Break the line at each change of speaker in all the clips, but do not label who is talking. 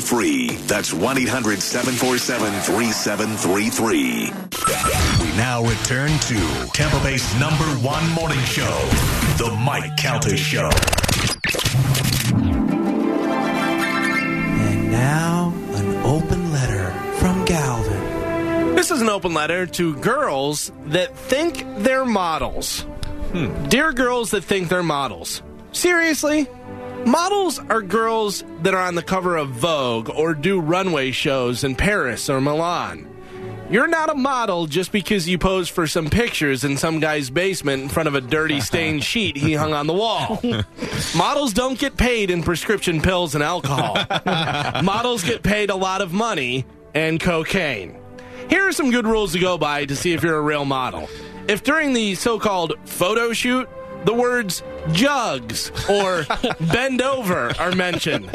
free. That's 1 800 747 3733. We now return to Tampa Bay's number one morning show, The Mike Calter Show.
And now, an open letter from Galvin.
This is an open letter to girls that think they're models. Dear girls that think they're models. Seriously? Models are girls that are on the cover of Vogue or do runway shows in Paris or Milan. You're not a model just because you pose for some pictures in some guy's basement in front of a dirty stained sheet he hung on the wall. Models don't get paid in prescription pills and alcohol. Models get paid a lot of money and cocaine. Here are some good rules to go by to see if you're a real model. If during the so called photo shoot, the words jugs or bend over are mentioned,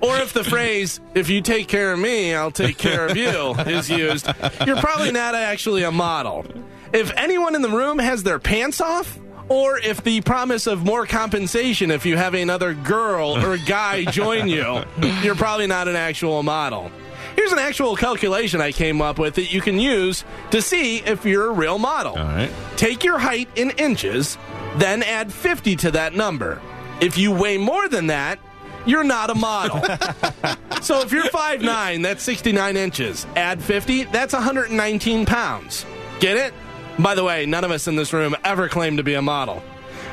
or if the phrase, if you take care of me, I'll take care of you, is used, you're probably not actually a model. If anyone in the room has their pants off, or if the promise of more compensation if you have another girl or guy join you, you're probably not an actual model. Here's an actual calculation I came up with that you can use to see if you're a real model.
All right.
Take your height in inches, then add 50 to that number. If you weigh more than that, you're not a model. so if you're 5'9, that's 69 inches. Add 50, that's 119 pounds. Get it? By the way, none of us in this room ever claim to be a model.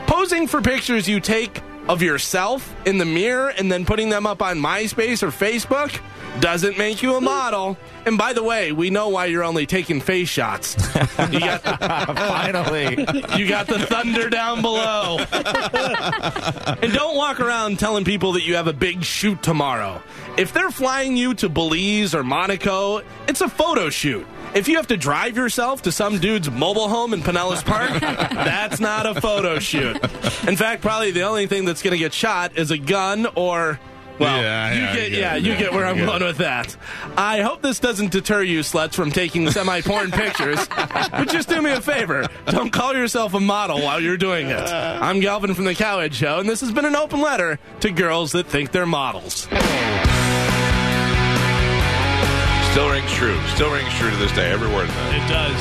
Posing for pictures you take of yourself in the mirror and then putting them up on MySpace or Facebook doesn't make you a model. And by the way, we know why you're only taking face shots. You got
Finally.
you got the thunder down below. and don't walk around telling people that you have a big shoot tomorrow. If they're flying you to Belize or Monaco, it's a photo shoot. If you have to drive yourself to some dude's mobile home in Pinellas Park, that's not a photo shoot. In fact, probably the only thing that's going to get shot is a gun or. Well,
Yeah,
you
yeah, I
get,
get
yeah,
it.
you
Yeah,
get where
I
I'm
get
going
it.
with that. I hope this doesn't deter you, sluts, from taking semi porn pictures. But just do me a favor. Don't call yourself a model while you're doing it. I'm Galvin from The Cowhead Show, and this has been an open letter to girls that think they're models.
Still rings true. Still rings true to this day. Every word of that,
It does.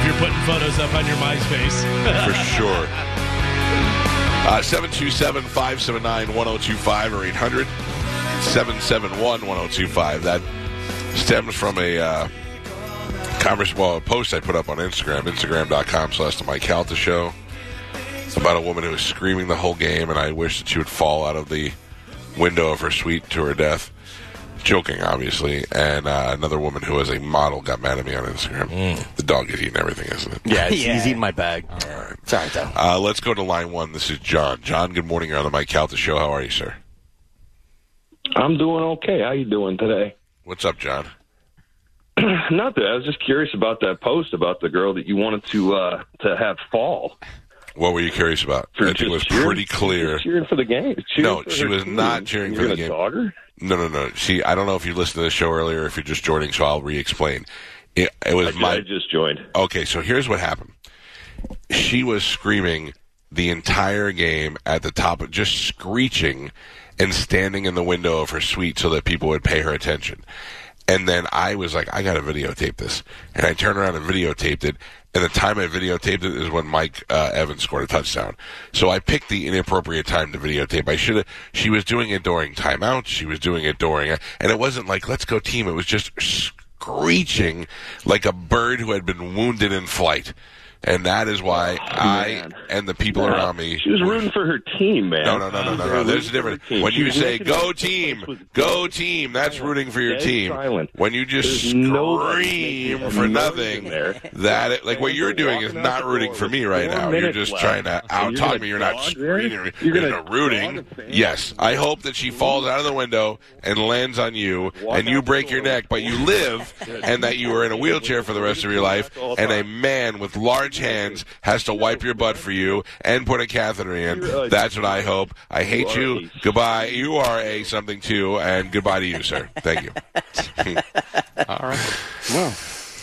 If you're putting photos up on your MySpace.
for sure. Uh, 727 579 1025 or 800 771 1025. That stems from a uh, converse, well, a post I put up on Instagram, instagram.com slash the Mike Calta show, about a woman who was screaming the whole game, and I wish that she would fall out of the window of her suite to her death. Joking, obviously. And uh, another woman who was a model got mad at me on Instagram. The dog is eating everything, isn't it?
Yeah, he's, he's eating my bag. Sorry, though.
Uh, let's go to line one. This is John. John, good morning. You're on the Mike Calta show. How are you, sir?
I'm doing okay. How you doing today?
What's up, John?
Not that I was just curious about that post about the girl that you wanted to uh, to have fall.
What were you curious about? I
For
think it
just
was
cheering-
pretty clear.
Cheering for the game. Cheering
No,
for
she
her
was
team.
not cheering
You're
for the
gonna
game.
dog her?
No, no, no. She, I don't know if you listened to the show earlier or if you're just joining, so I'll re-explain. It, it was
I,
my.
I just joined.
Okay, so here's what happened. She was screaming the entire game at the top of just screeching and standing in the window of her suite so that people would pay her attention. And then I was like, I got to videotape this. And I turned around and videotaped it. And the time I videotaped it is when Mike uh, Evans scored a touchdown. So I picked the inappropriate time to videotape. I should have. She was doing it during timeouts. She was doing it during. And it wasn't like, let's go team. It was just screeching like a bird who had been wounded in flight. And that is why I
Oh, man.
and the people around me.
She was rooting for her team, man.
No, no, no, no, no, no. There's a difference. When you say "Go team, go team," that's rooting for your
Dead
team.
silent.
When you just
There's nobody
scream
making
for
a noise
nothing,
in there.
that like what you're doing is
Walking out
not
the
rooting
door
for
with
me right
four
now. You're
minutes
just
left,
trying to out
and you're
talk
gonna
me. You're not
dog
screaming.
her?
You're,
You're gonna
not
dog
rooting.
a fan?
Yes, I hope that she falls out of the window and lands on you,
Walk
and you
out the
break your
door.
neck, but you live, and that you are in a wheelchair for the rest of your life, and a man with large hands has to wipe your butt for you and put a catheter in. That's what I hope. I hate you. Goodbye. You are a something too, and goodbye to you, sir. Thank you.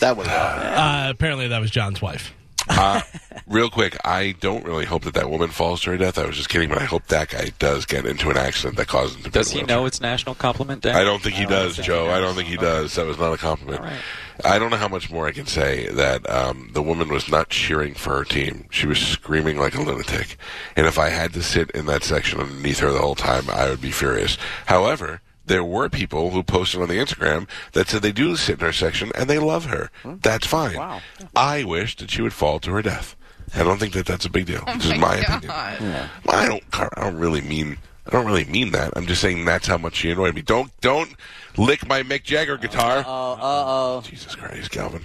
That was
Uh, apparently, that was John's wife.
Uh, real quick, I don't really hope that that woman falls to her death. I was just kidding, but I hope that guy does get into an accident that causes him to. be in
Does
a
he
wheelchair.
know it's National Compliment Day?
I don't think he
Oh,
does,
okay.
Joe. I don't think he does. That was not a compliment.
All right.
I don't know how much more I can say that um, the woman was not cheering for her team. She was screaming like a lunatic. And if I had to sit in that section underneath her the whole time, I would be furious. However, there were people who posted on the Instagram that said they do sit in her section and they love her. That's fine.
Wow.
I wish that she would fall to her death. I don't think that that's a big deal. this is Oh my opinion. Well, I don't. Car- I don't really mean. I don't really mean that. I'm just saying that's how much she annoyed me. Don't don't lick my Mick Jagger guitar.
Oh, uh oh.
Jesus Christ, Calvin.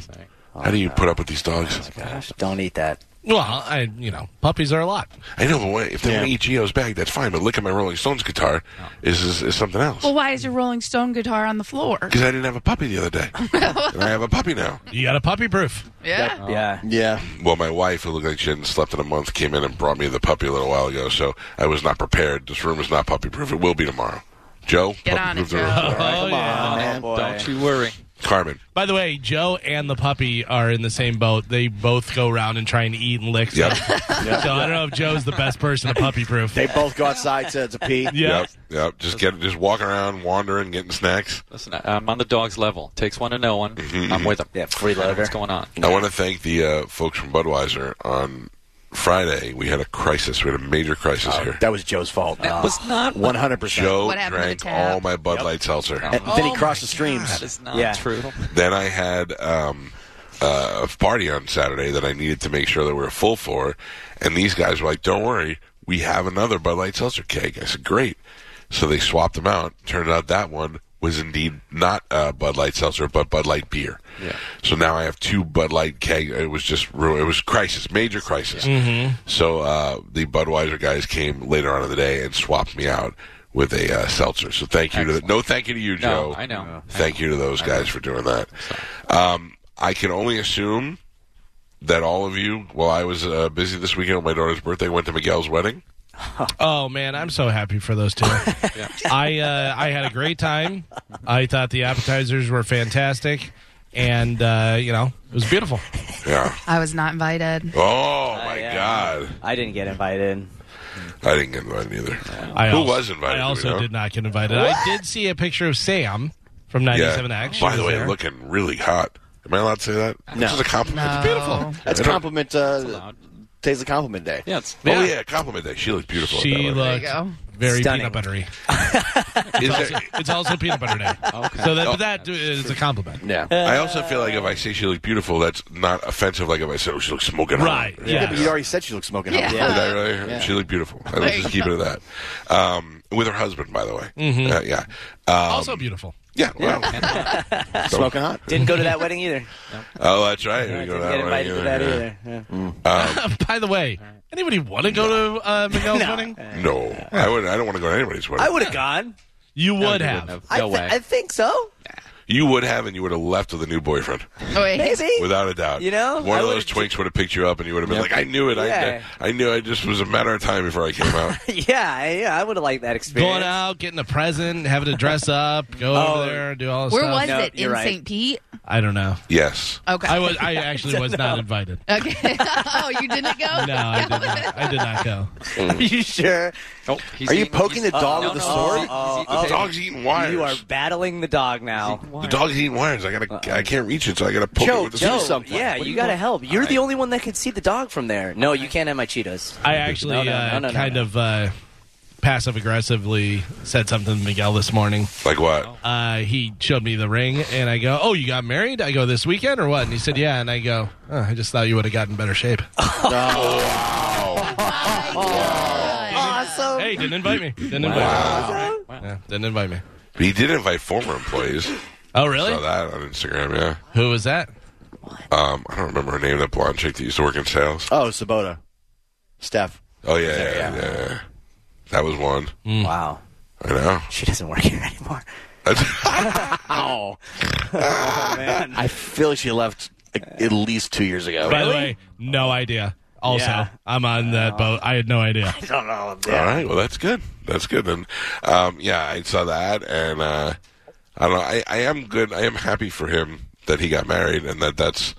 How do you put up with these dogs?
Gosh, don't eat that.
Well, I you know puppies are a lot.
I know, but what, if they want to eat Geo's bag, that's fine. But licking my Rolling Stones guitar is is, is something else.
Well, why is your Rolling Stone guitar on the floor?
Because I didn't have a puppy the other day, and I have a puppy now.
You got a puppy proof.
Oh.
Yeah.
Yeah.
Yeah.
Well, my wife, who looked like she hadn't slept in a month, came in and brought me the puppy a little while ago, so I was not prepared. This room is not puppy proof. It will be tomorrow. Joe,
Get
puppy
on it,
proof the room.
Joe.
Oh, yeah.
man. boy.
Don't you worry.
Carmen,
By the way, Joe and the puppy are in the same boat. They both go around and try and eat and lick.
Yep.
stuff. So I don't know if Joe's the best person to puppy proof.
They both go outside to, to pee.
yeah.
Yep, yep. Just get just walking around, wandering, getting snacks.
Listen, I- I'm on the dog's level. Takes one to know one.
Mm-hmm.
I'm with him.
Yeah, free
I know
loader.
What's going on?
I want to thank the uh, folks from Budweiser on Friday. We had a crisis. We had a major crisis
Oh,
here.
That was Joe's fault.
That was not.
One hundred percent.
Joe
What happened to the
drank
tap?
all my Bud Light seltzer.
Oh.
Then
Oh
he crossed the streams.
That is not
Yeah.
true.
Then I had um, uh, a party on Saturday that I needed to make sure that we were full for, and these guys were like, "Don't worry, we have another Bud Light seltzer keg." I said, "Great." So they swapped them out. Turned out that one was indeed not uh, Bud Light seltzer, but Bud Light beer. Yeah. So now I have two Bud Light keg. It was just ru- it was crisis, major crisis. Mm-hmm. So uh, the Budweiser guys came later on in the day and swapped me out. With a uh, seltzer, so thank you to the, no, thank you to you, Joe.
No, I know.
Thank you to those guys for doing that. Um, I can only assume that all of you, while I was uh, busy this weekend on my daughter's birthday, went to Miguel's wedding.
Oh man, I'm so happy for those two. I uh, I had a great time. I thought the appetizers were fantastic, and uh, you know it was beautiful.
Yeah.
I was not invited.
Oh
Uh,
my
yeah.
God!
I didn't get invited.
I didn't get invited either.
I
Who
also,
was invited,
I
do we
also
know?
did not get invited. I did see a picture of Sam from 97X. She
By the
was
way,
there.
looking really hot. Am I allowed to say that? No. This is a compliment.
No.
That's
I don't-
compliment. Uh, Today's a compliment day.
Yeah, it's
Oh yeah, compliment day. She looked beautiful. at
she
that wedding.
There
looked
you go.
very
Stunning.
peanut buttery.
Is there-
It's also peanut butter day.
Okay.
So that, but that is a compliment.
Yeah.
I also feel like if I say she looked beautiful, that's not offensive. Like if I said, "Oh, she looks smoking hot."
Right.
Yeah,
Yeah.
but you already said she looked smoking hot.
Yeah.
Did I really? She looked beautiful. I Let's just keep it at that. Um, with her husband, by the way.
Mm-hmm.
Uh, yeah. Um,
Also beautiful.
yeah. Wow.
Smoking hot.
Didn't go to that wedding either.
Oh, that's right. We
I
go
didn't get
that way
invited to that
yeah.
either. Yeah.
By the way, anybody want to go to uh, Miguel's wedding?
No, I would. I don't want to go to anybody's wedding.
I would have gone.
You
No,
would
you
have.
wouldn't have.
I,
No
thi-
way.
I think so.
You would have, and you would have left with a new boyfriend,
Oh, Wait.
Maybe.
without a doubt.
You know,
one
I
of those
would've
twinks would have picked you up, and you would have been
Yeah.
like, "I knew it.
Yeah.
I, I knew. I just was a matter of time before I came out."
yeah, I- yeah, I would have liked that experience.
Going out, getting a present, having to dress up, go
Oh.
over there, do all the
Where
stuff.
was
No,
it? In
you're right.
St. Pete?
I don't know.
yes.
Okay.
I was. I actually was not invited.
okay. oh, you didn't go?
No, I did not. I did not go.
Are you sure?
Oh, he's
Are you
eating-
poking
he's-
the dog
no,
with
no,
the sword?
he's eating-
Oh,
he's eating the
The
table.
dog's eating wires.
You are battling the dog now.
the dog's eating wires. I gotta. I can't reach it, so I gotta poke it
Joe,
with the
Joe.
sword.
something.
Uh-uh. Yeah,
What do
you
you
gotta
want?
help. You're the only one that can see the dog from there. No, you can't have my Cheetos.
I actually
No, no, no,
uh,
no, no,
kind
no.
of uh, passive aggressively said something to Miguel this morning.
Like what?
Uh, he showed me the ring, and I go, "Oh, you got married?" I go, "This weekend or what?" And he said, "Yeah." And I go, oh, "I just thought you would have gotten better shape."
Awesome.
hey, didn't invite me. Didn't invite me. Yeah, didn't invite me.
He did invite former employees.
Oh, really?
Saw that on Instagram. Yeah.
Who was that?
Um, I don't remember her name. That blonde chick that used to work in sales.
Oh, Sabota. Steph.
Oh yeah, yeah, yeah. yeah. That was one.
Wow.
I know.
She doesn't work here anymore.
Ow.
Oh, man.
I feel like she left like, at least two years ago.
By the way, no idea. Also,
Yeah.
I'm on that boat. I had no idea.
I don't know.
All
Yeah.
right. Well, that's good. That's good. And um, yeah, I saw that, and uh, I don't know. I, I am good. I am happy for him that he got married, and that that's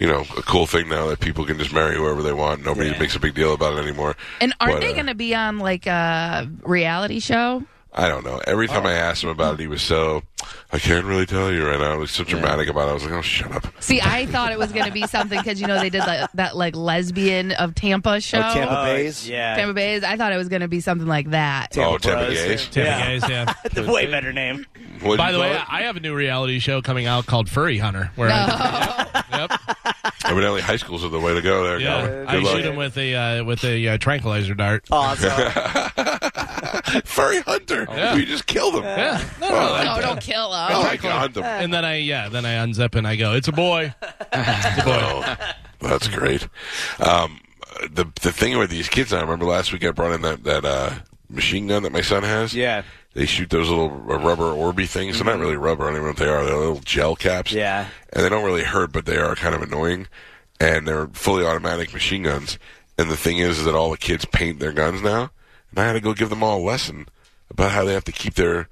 you know, a cool thing now that people can just marry whoever they want. Nobody
Yeah.
makes a big deal about it anymore.
And aren't
But,
they
uh,
going to be on like a reality show?
I don't know. Every
Oh.
time I asked him about it, he was so, I can't really tell you right now. He was so dramatic about it. I was like, oh, shut up.
See, I thought it was going to be something because you know they did like, that like lesbian of Tampa show.
Oh, Tampa Bay's?
yeah.
Tampa Bay's. I thought it was going to be something like that.
oh, Tampa
Bros.
Gays.
Tampa
Yeah.
Gays, yeah.
Way better name.
What'd
By the
you call
way,
it?
I have a new reality show coming out called Furry Hunter. Where I, yep, yep.
evidently high schools are the way to go there.
yeah,
Calvin.
I
Good luck. Oh.
shoot him with a uh, with a uh, tranquilizer dart.
Awesome.
Furry Hunter.
yeah.
We just killed him.
Oh. Yeah, no,
Oh,
no,
I
No,
like that.
don't kill him.
Oh, I can hunt them.
and then I yeah, then I unzip and I go, it's a boy. It's a boy.
Oh, that's great. Um, the the thing with these kids, I remember last week I brought in that that uh, machine gun that my son has.
Yeah. Mm-hmm.
They shoot those little uh, rubber Orby things. They're not really rubber. I don't even know what they are. They're little gel caps.
Yeah.
And they don't really hurt, but they are kind of annoying. And they're fully automatic machine guns. And the thing is, is that all the kids paint their guns now. And I had to go give them all a lesson about how they have to keep their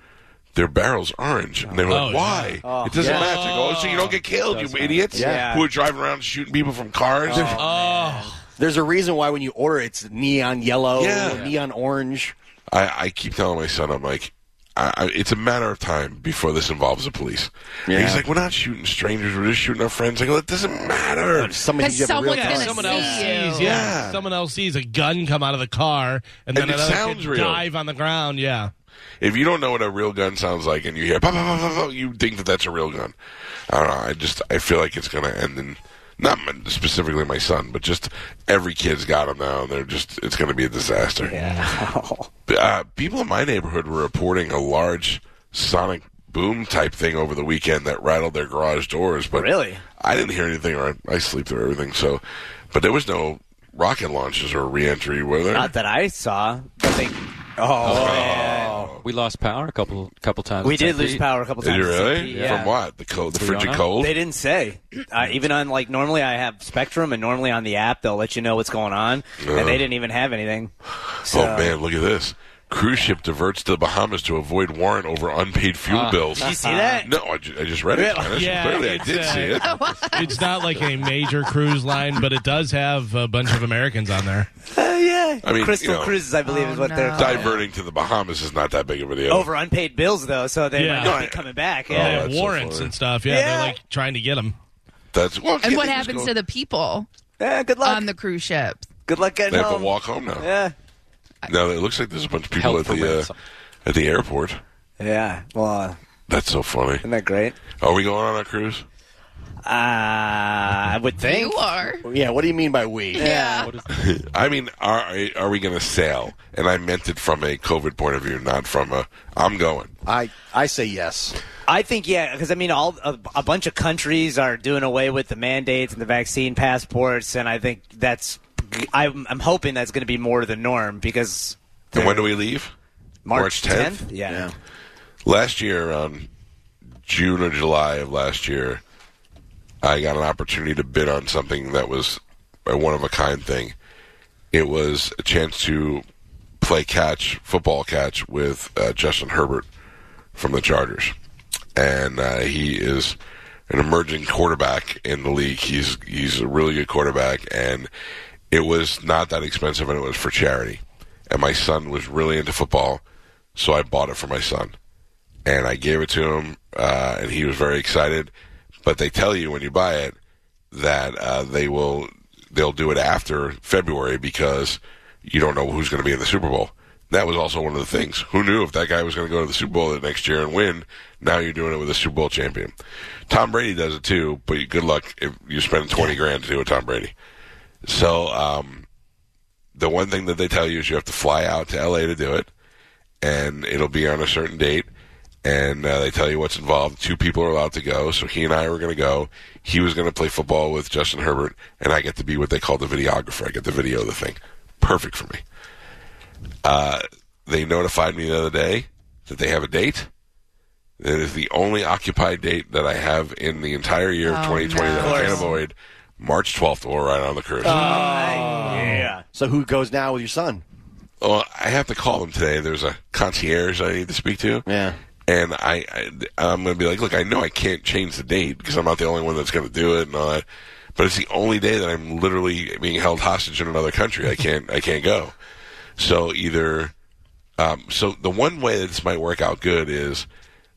their barrels orange. And they were
Oh,
like,
yeah.
why? it doesn't
yeah.
match. I go, oh, so you don't get killed, you idiots
Yeah.
who are driving around shooting people from cars.
Oh,
There's a reason why when you order it's neon yellow,
Yeah.
neon orange.
I, I keep telling my son, I'm like, I, I, it's a matter of time before this involves the police. And He's
Yeah.
like, we're not shooting strangers, we're just shooting our friends. I go, it doesn't matter.
Somebody
'Cause
you have a real
someone's
gun.
gonna
someone
see
else
you.
sees yeah.
Yeah.
someone else sees a gun come out of the car, and then
And it
another
sounds
kid
real.
dive on the ground. Yeah,
If you don't know what a real gun sounds like and you hear, pop, pop, pop, pop, pop, you think that that's a real gun. I don't know. I just, I feel like it's going to end in, not m- specifically my son, but just every kid's got them now and they're just, it's going to be a disaster. uh, people in my neighborhood were reporting a large sonic boom type thing over the weekend that rattled their garage doors. But
Really?
I didn't hear anything, or I, I sleep through everything. So, but there was no rocket launches or reentry, were there?
Not that I saw. But they, oh, man.
We lost power a couple couple times.
we
in
did
Tempe.
lose power a couple
Did
times.
you
in
really?
Tempe, Yeah.
From what? The cold, the
We
frigid
don't know.
cold.
They didn't say. Uh, even on like normally I have Spectrum, and normally on the app they'll let you know what's going on,
Yeah.
and they didn't even have anything. So,
oh man, look at this. Cruise ship diverts to the Bahamas to avoid warrant over unpaid fuel bills.
did you see that?
No, I, ju- I just read it. Dennis.
Yeah,
Clearly, I
it's,
did
uh,
see it.
it's not like a major cruise line, but it does have a bunch of Americans on there.
Uh, yeah,
I mean,
Crystal
you know,
Cruises, I believe, is
Oh,
what they're
no.
called.
Diverting to the Bahamas is not that big of a deal.
over unpaid bills though, so they
Yeah.
might not be coming back.
They
Yeah.
Oh,
have
that's so
warrants
funny.
and stuff. Yeah,
Yeah.
they're like trying to get them.
That's well,
And what happens to the people
yeah, good luck.
on the cruise ships?
good luck
They
getting
have
home.
to walk home now.
um, Yeah,
No, it looks like there's a bunch of people
Held
at
for
the uh,
ransom.
at the airport.
yeah. Well, uh,
That's so funny.
isn't that great?
Are we going on a cruise?
Uh, I would think.
You are.
Yeah, what do you mean by we?
Yeah.
I mean, are are we going to sail? And I meant it from a COVID point of view, not from a I'm going.
I I say yes.
I think yeah, because I mean, all a, a bunch of countries are doing away with the mandates and the vaccine passports, and I think that's. I'm, I'm hoping that's going to be more the norm because
And when do we leave? March 10th?
Yeah.
Last year, around June or July of last year, I got an opportunity to bid on something that was a one of a kind thing. It was a chance to play catch, football catch, with uh, Justin Herbert from the Chargers. And uh, he is an emerging quarterback in the league. He's he's a really good quarterback, and it was not that expensive, and it was for charity. And my son was really into football, so I bought it for my son and I gave it to him, uh, and he was very excited. But they tell you when you buy it that uh, they will they'll do it after February because you don't know who's going to be in the Super Bowl. That was also one of the things. Who knew if that guy was going to go to the Super Bowl the next year and win? Now you're doing it with a Super Bowl champion. Tom Brady does it too, but good luck if you spend twenty grand to do it, Tom Brady. So um, the one thing that they tell you is you have to fly out to LA to do it and it'll be on a certain date. And uh, they tell you what's involved. Two people are allowed to go, so he and I were going to go. He was going to play football with Justin Herbert, and I get to be what they call the videographer. I get the video of the thing. Perfect for me. Uh, they notified me the other day that they have a date. That is the only occupied date that I have in the entire year of
Oh,
2020 that
no.
I can't avoid. March 12th, or right on the cruise.
Yeah.
So who goes now with your son?
Oh, I have to call them today. There's a concierge I need to speak to.
Yeah.
And I, I I'm going to be like, look, I know I can't change the date because I'm not the only one that's going to do it and all that. But it's the only day that I'm literally being held hostage in another country. I can't I can't go. So either um, so the one way that this might work out good is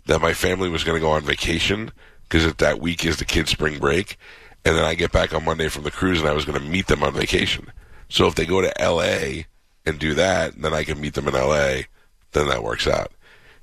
that my family was going to go on vacation because that week is the kids' spring break, and then I get back on Monday from the cruise and I was going to meet them on vacation. So if they go to L.A. and do that, then I can meet them in L.A. Then that works out.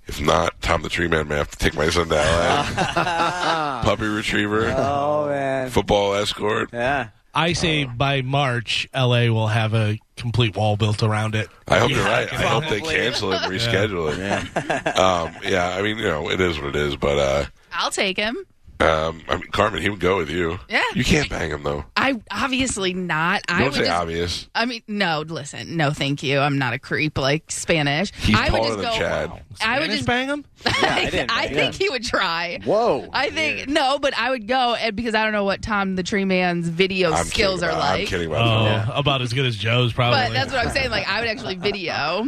If not, Tom the Tree Man may have to take my son to L.A. Puppy retriever,
Oh man.
football escort.
Yeah.
I say by March, LA will have a complete wall built around it.
I hope you're right. I hope they cancel it and reschedule it. Yeah. Um, yeah, I mean, you know, it is what it is, but uh,
I'll take him.
Um, I mean, Carmen, he would go with you.
Yeah.
You can't bang him though.
I obviously not. I
Don't
would
say
just,
obvious.
I mean, no. Listen, no, thank you. I'm not a creep like Spanish.
He's
I would
taller
just
than
go.
Chad.
I would just.
bang him.
I didn't
I
bang
think
him.
he would try.
Whoa.
I think no, but I would go and because I don't know what Tom the Tree Man's video
I'm
skills
kidding
are
about,
like.
I'm kidding about
Oh,
that.
about as good as Joe's probably.
But that's what I'm saying. Like I would actually video.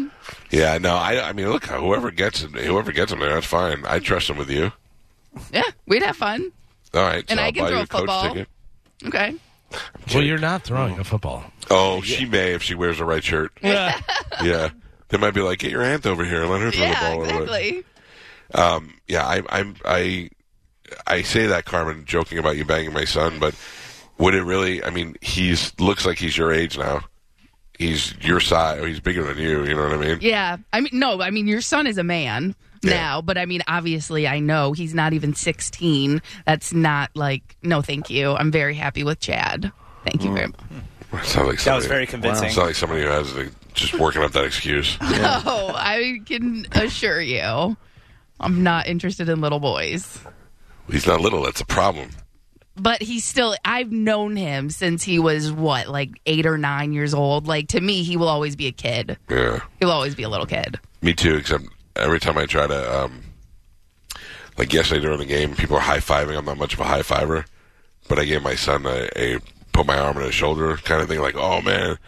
Yeah, no. I, I mean, look, whoever gets it, whoever gets him there, that's fine. I trust him with you.
Yeah, we'd have fun.
All right.
And
so
I
I'll
can
buy
throw
you
a
coach
football.
ticket.
Okay.
well, you're not throwing a football.
Oh, she may if she wears the right shirt.
Yeah.
yeah. They might be like, get your aunt over here and let her throw the
Yeah,
ball. a little bit."
exactly.
yeah, I, I'm I I say that Carmen joking about you banging my son, but would it really? I mean, he's looks like he's your age now. He's your size. He's bigger than you. You know what I mean?
Yeah. I mean, no, I mean, your son is a man
Yeah.
now, but I mean, obviously, I know he's not even 16. That's not like, no, thank you. I'm very happy with Chad. Thank
Mm.
you very much.
That
Sounds like
was
somebody-
very convincing.
Sounds like somebody who has like, just working up that excuse.
Oh, I can assure you, I'm not interested in little boys.
he's not little. That's a problem.
But he's still, I've known him since he was what, like eight or nine years old. Like, to me, he will always be a kid.
Yeah.
He'll always be a little kid.
Me too. Except every time I try to, um, like yesterday during the game, people are high fiving. I'm not much of a high fiver, but I gave my son a, a put my arm on his shoulder kind of thing. Like, oh man,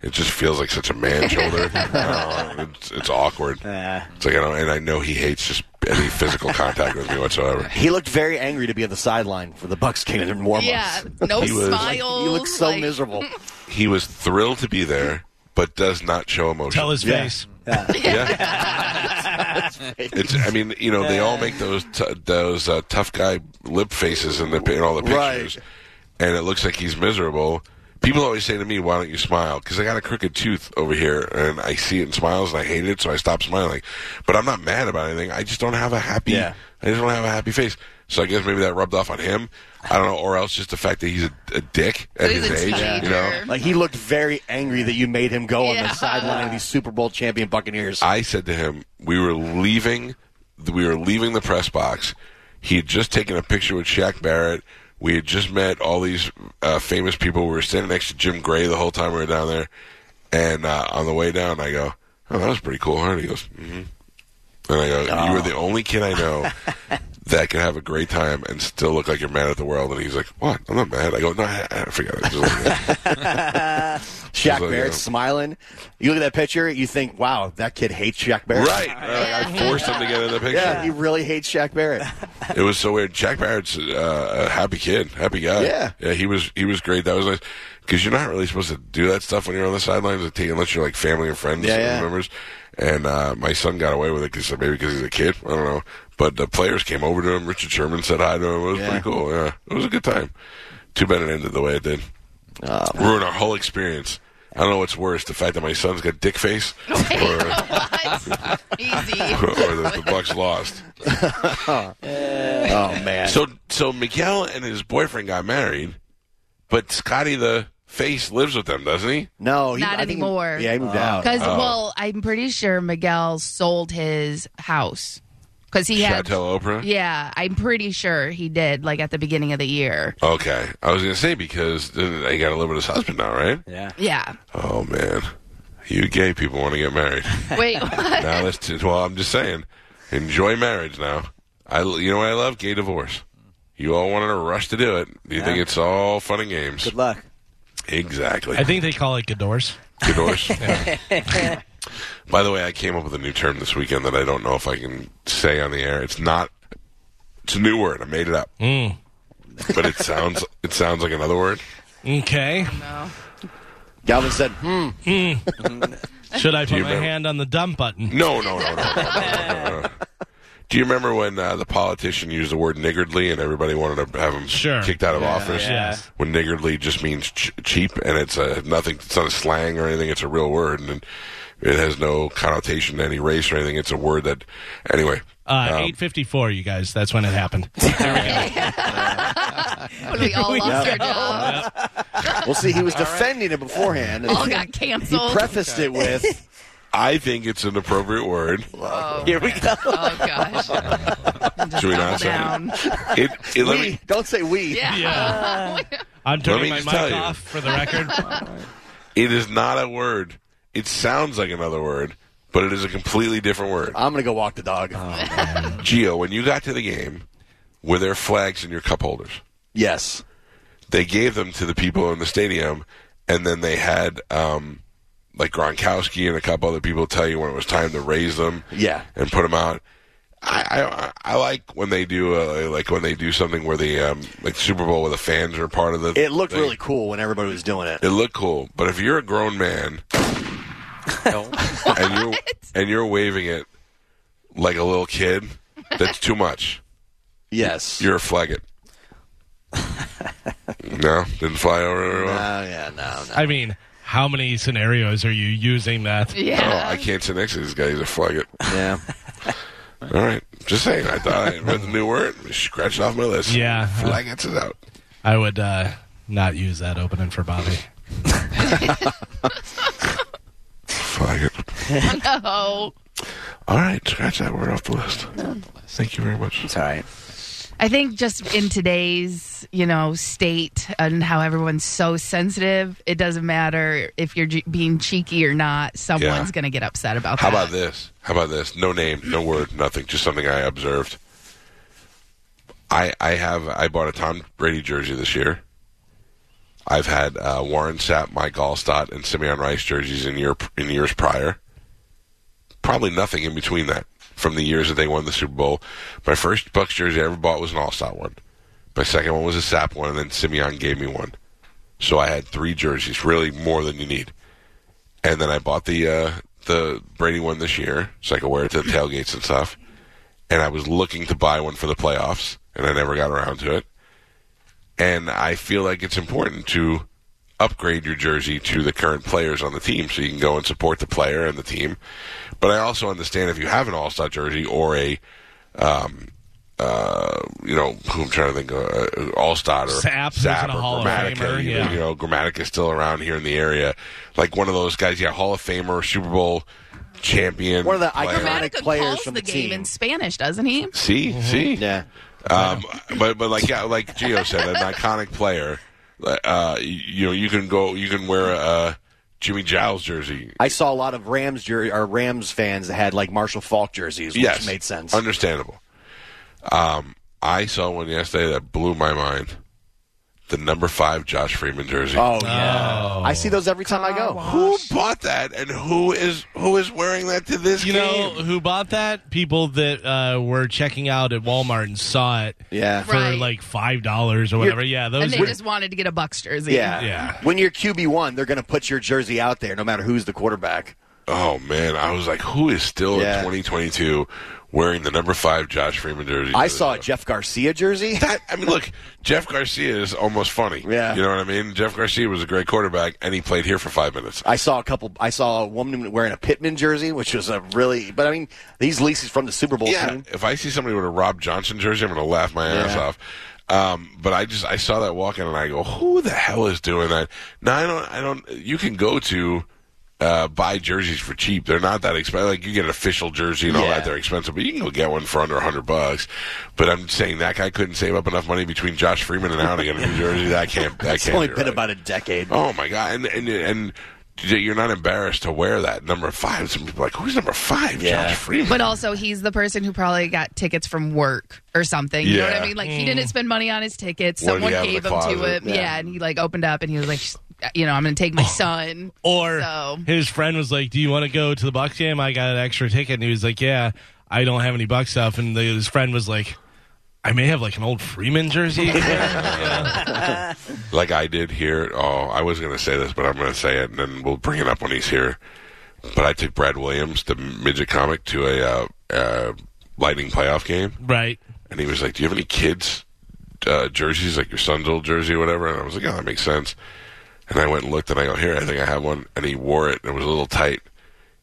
it just feels like such a man shoulder. Uh, it's, it's awkward.
Yeah.
It's like, I don't, and I know he hates just any physical contact with me whatsoever.
He looked very angry to be on the sideline for the Bucks game in warm-ups.
Yeah. No
He was-
smiles.
He looked so
like-
miserable.
He was thrilled to be there, but does not show emotion.
Tell his
Yeah.
face.
Yeah. it's. I mean, you know, they all make those t- those uh, tough guy lip faces in the in all the
Right.
pictures, and it looks like he's miserable. People always say to me, "Why don't you smile?" Because I got a crooked tooth over here, and I see it in smiles, and I hate it, so I stop smiling. But I'm not mad about anything. I just don't have a happy.
Yeah.
I just don't have a happy face. So I guess maybe that rubbed off on him. I don't know, or else just the fact that he's a, a dick at
He's
his
a
age.
teenager.
You know,
Like he looked very angry that you made him go on
Yeah.
the sideline of these Super Bowl champion Buccaneers.
I said to him, we were leaving, we were leaving the press box. He had just taken a picture with Shaq Barrett. We had just met all these uh, famous people. We were standing next to Jim Gray the whole time we were down there. And uh, on the way down, I go, "Oh, that was pretty cool." Huh? And he goes, "Mm-hmm." And I go, "You were the only kid I know that can have a great time and still look like you're mad at the world." And he's like, "What? I'm not mad." I go, "No, I, I forgot it." Just like that.
Shaq
He's like,
Barrett
uh,
smiling. You look at that picture, you think, "Wow, that kid hates Shaq Barrett."
right? Uh, I forced him to get in the picture.
Yeah, he really hates Shaq Barrett.
It was so weird. Jack Barrett's uh, a happy kid, happy guy.
Yeah.
yeah. He was he was great. That was nice because you're not really supposed to do that stuff when you're on the sidelines until- unless you're like family and friends
Yeah,
and
yeah.
members. And uh, my son got away with it because maybe because he's a kid. I don't know. But the players came over to him. Richard Sherman said hi to him. It was
Yeah.
pretty cool. Yeah, it was a good time. Too bad it ended the way it did.
Oh,
Ruined our whole experience. I don't know what's worse: the fact that my son's got dick face, or, or
What? Easy.
that the Bucks lost.
Oh man.
So so Miguel and his boyfriend got married, but Scotty the face lives with them, doesn't he?
no, he,
Not
I think-
anymore.
Yeah, he moved out.
Because
Oh.
well, I'm pretty sure Miguel sold his house because he had.
Chateau Oprah.
Yeah, I'm pretty sure he did. Like at the beginning of the year.
Okay, I was gonna say because uh, he got to live with his husband now, right?
Yeah.
Yeah.
Oh man, you gay people want to get married
Wait. what?
now. That's too, well, I'm just saying, enjoy marriage now. I you know what I love gay divorce. You all wanted to rush to do it. You think it's all fun and games?
Good luck.
Exactly.
I think they call it Gadors.
Good horse. By the way, I came up with a new term this weekend that I don't
Hmm.
know if I can say on the air. It's not. It's a new word. I made it up. but it sounds it sounds like another word.
Okay.
Galvin said, hmm.
Should I
Do
put
you
my
remember-
hand on the dump button?
No, no, no, no. no, no. Do you remember when uh, the politician used the word niggardly and everybody wanted to have him
Sure.
kicked out of
Yeah,
office?
yeah.
When niggardly just means ch- cheap and it's a nothing. It's not a slang or anything. It's a real word and it has no connotation to any race or anything. It's a word that anyway.
Uh,
um,
Eight fifty four, you guys. That's when it happened.
When we all lost our jobs.
Well, see, he was defending it beforehand. and
All got
he
canceled.
prefaced it with,
I think it's an appropriate word.
Here we go.
Oh, gosh.
Should we not say it?
Down.
it, it let
we,
me,
don't say we.
Yeah.
I'm turning
me
my
just
mic
tell you.
off for the record.
It is not a word. It sounds like another word, but it is a completely different word.
I'm going to go walk the dog.
Uh-huh. Gio, when you got to the game, were there flags in your cup holders?
yes.
They gave them to the people in the stadium, and then they had um, like Gronkowski and a couple other people tell you when it was time to raise them.
Yeah.
and put them out. I, I I like when they do uh, like when they do something where the um, like Super Bowl where the fans are part of the.
It looked
thing.
really cool when everybody was doing it.
It looked cool, but if you're a grown man and you're and you're waving it like a little kid, that's too much.
Yes.
You're a flag it. no, didn't fly over. very
Oh,
well?
yeah, no, no.
I mean, how many scenarios are you using that?
Oh, I
Yeah.
can't sit next to this guy. He's a flag it.
Yeah.
All right, just saying. I thought I read the new word, scratched it off my list.
Yeah.
flag it's out.
I would uh, not use that opening for Bobby.
Flag it.
Oh.
All right, scratch that word off the list. Thank you very much.
It's all right.
I think just in today's, you know, state and how everyone's so sensitive, it doesn't matter if you're j- being cheeky or not. Someone's
Yeah.
going to get upset about
How
that.
about this? How about this? No name, no word, nothing. Just something I observed. I I have I bought a Tom Brady jersey this year. I've had uh, Warren Sapp, Mike Allstott, and Simeon Rice jerseys in year in years prior. Probably nothing in between that from the years that they won the Super Bowl. My first Bucks jersey I ever bought was an Allstott one. My second one was a Sapp one, and then Simeon gave me one. So I had three jerseys, really more than you need. And then I bought the uh, the Brady one this year, so I could wear it to the tailgates and stuff. And I was looking to buy one for the playoffs, and I never got around to it. And I feel like it's important to upgrade your jersey to the current players on the team, so you can go and support the player and the team. But I also understand if you have an All Star jersey or a, um, uh, you know, who I'm trying to think, uh, All Star or
Sapp, who's
Sapp
in a
or
Hall of
Gramatica,
Famer,
you know,
yeah.
you know, Grammatica is still around here in the area. Like one of those guys, yeah, Hall of Famer, Super Bowl champion.
One of the
player.
iconic-
Grammatica
players
calls
from
the
the
game
team.
in Spanish, doesn't he?
See,
Mm-hmm.
see,
Yeah.
um, but but like yeah, like Gio said, an iconic player. Uh, you, you know, you can go, you can wear a Jimmy Giles jersey.
I saw a lot of Rams jer- or Rams fans that had like Marshall Falk jerseys, which
yes,
made sense.
understandable. Um, I saw one yesterday that blew my mind. The number five Josh Freeman jersey.
oh yeah, I see those every time I go.
Who bought that, and who is who is wearing that to this
You
game?
know who bought that? People that uh, were checking out at Walmart and saw it
Yeah,
for
Right.
like five dollars or whatever. yeah,
And
those.
they
Are,
just wanted to get a Bucks jersey.
yeah,
Yeah.
When you're QB one, they're going to put your jersey out there, no matter who's the quarterback.
Oh man, I was like, who is still
Yeah.
in 2022 wearing the number five Josh Freeman jersey?
I saw a Jeff Garcia jersey.
That I mean, look, Jeff Garcia is almost funny.
Yeah.
you know what I mean. Jeff Garcia was a great quarterback, and he played here for five minutes.
I saw a couple. I saw a woman wearing a Pittman jersey, which was a really. But I mean, these leases from the Super Bowl
yeah,
team.
if I see somebody with a Rob Johnson jersey, I'm going to laugh my ass
Yeah.
off. Um, but I just I saw that walking, and I go, who the hell is doing that? Now I don't. I don't. You can go to. Uh, buy jerseys for cheap. They're not that expensive. Like you get an official jersey and all
Yeah.
that, they're expensive, but you can go get one for under a hundred bucks. But I'm saying that guy couldn't save up enough money between Josh Freeman and now to get a new jersey. That can't. That
It's
can't
only
be
been
right.
about a decade.
Oh my god! And and and you're not embarrassed to wear that number five. Some people are like who's number five?
Yeah.
Josh Freeman.
But also, he's the person who probably got tickets from work or something. You know what
Yeah.
I mean? Like, he didn't spend money on his tickets.
What did he
Someone
have in
gave
the
them to
closet? Oh.
him. Yeah. and he, like, opened up and he was like, "Sh- you know, I'm going to take my son.
or
So-
his friend was like, "Do you want to go to the Bucks game? I got an extra ticket." And he was like, "Yeah, I don't have any Bucks stuff." And the, his friend was like, I may have like an old Freeman jersey.
like I did here. Oh, I was going to say this, but I'm going to say it, and then we'll bring it up when he's here. But I took Brad Williams, the midget comic, to a uh, uh, lightning playoff game,
right.
and he was like, "Do you have any kids' uh, jerseys, like your son's old jersey, or whatever?" And I was like, "Oh, that makes sense." And I went and looked, and I go, "Here, I think I have one." And he wore it, and it was a little tight.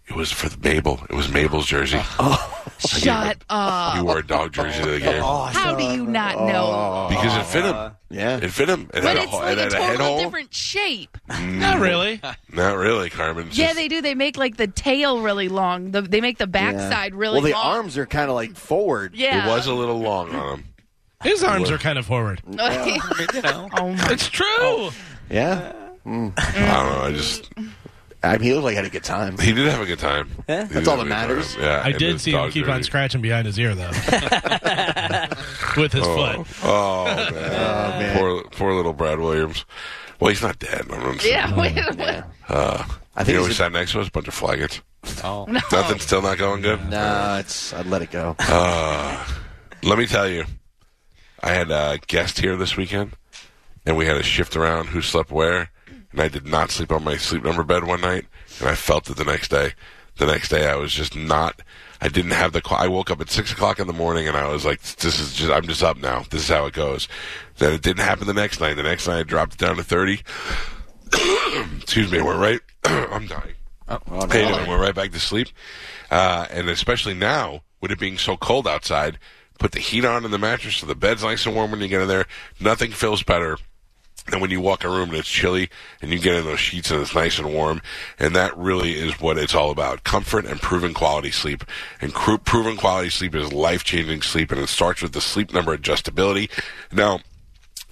It was for the Mabel. It was Mabel's jersey. Oh,
Shut
he
up.
wore a dog jersey to the game
How do you not know?
because it fit him. Yeah, it fit him. It
Uh,
had
But it's
Oh. a, ho- it
like a
had a head
totally
hole.
different shape.
Not
really.
Mm. Not really, Carmen.
Yeah, they do. They make like the tail really long. The, they make the backside
Well,
really
the
long.
arms are kind of like forward.
Yeah. It was
a little long on him.
His arms are kind of forward.
Oh my.
It's true.
Yeah. Mm.
I don't know. I just.
I mean, he looked like he had a good time.
He did have a good time.
Yeah.
He
Eh, That's
did
all
have
that
a good
matters.
time. Yeah,
I
and
did
his
see him
dog
keep on
jersey.
scratching behind his ear though, with his
Oh,
foot.
oh, man. Poor, poor little Brad Williams. Well, he's not dead. I'm not
Yeah. wait, wait.
Uh, I
think
think you know
he's
we sat next to us, bunch of flaggots.
Oh,
No.
Nothing's still not going good.
Nah, it's I'd let it go.
Uh, let me tell you, I had a guest here this weekend, and we had a shift around who slept where, and I did not sleep on my sleep number bed one night, and I felt it the next day. The next day, I was just not. I didn't have the. cl- I woke up at six o'clock in the morning, and I was like, "This is just. I'm just up now. This is how it goes." Then it didn't happen the next night. The next night, I dropped it down to thirty. Excuse me. We're right. I'm dying. Hey, anyway, we're right back to sleep. Uh, and especially now, with it being so cold outside, put the heat on in the mattress so the bed's nice and warm when you get in there. Nothing feels better than when you walk in a room and it's chilly and you get in those sheets and it's nice and warm. And that really is what it's all about comfort and proven quality sleep. And cru- proven quality sleep is life changing sleep, and it starts with the sleep number adjustability. Now,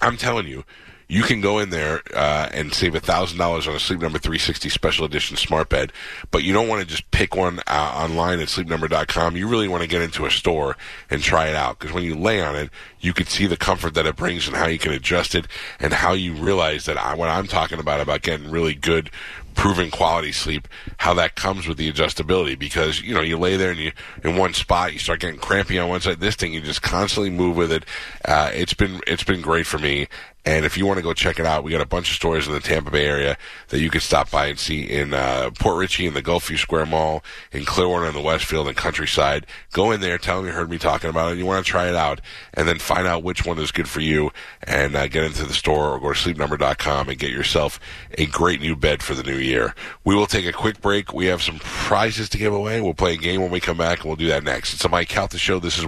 I'm telling you, you can go in there uh, and save thousand dollars on a Sleep Number 360 Special Edition smart bed, but you don't want to just pick one uh, online at SleepNumber.com. You really want to get into a store and try it out because when you lay on it, you can see the comfort that it brings and how you can adjust it and how you realize that I, what I'm talking about about getting really good proven quality sleep, how that comes with the adjustability because you know you lay there and you in one spot you start getting crampy on one side. This thing you just constantly move with it. Uh, it's been it's been great for me. And if you want to go check it out, we got a bunch of stores in the Tampa Bay area that you can stop by and see in uh, Port Richey in the Gulfview Square Mall, in Clearwater in the Westfield and Countryside. Go in there, tell them you heard me talking about it, and you want to try it out, and then find out which one is good for you, and uh, get into the store or go to sleepnumber.com and get yourself a great new bed for the new year. We will take a quick break. We have some prizes to give away. We'll play a game when we come back, and we'll do that next. It's a Mike Calta show. This is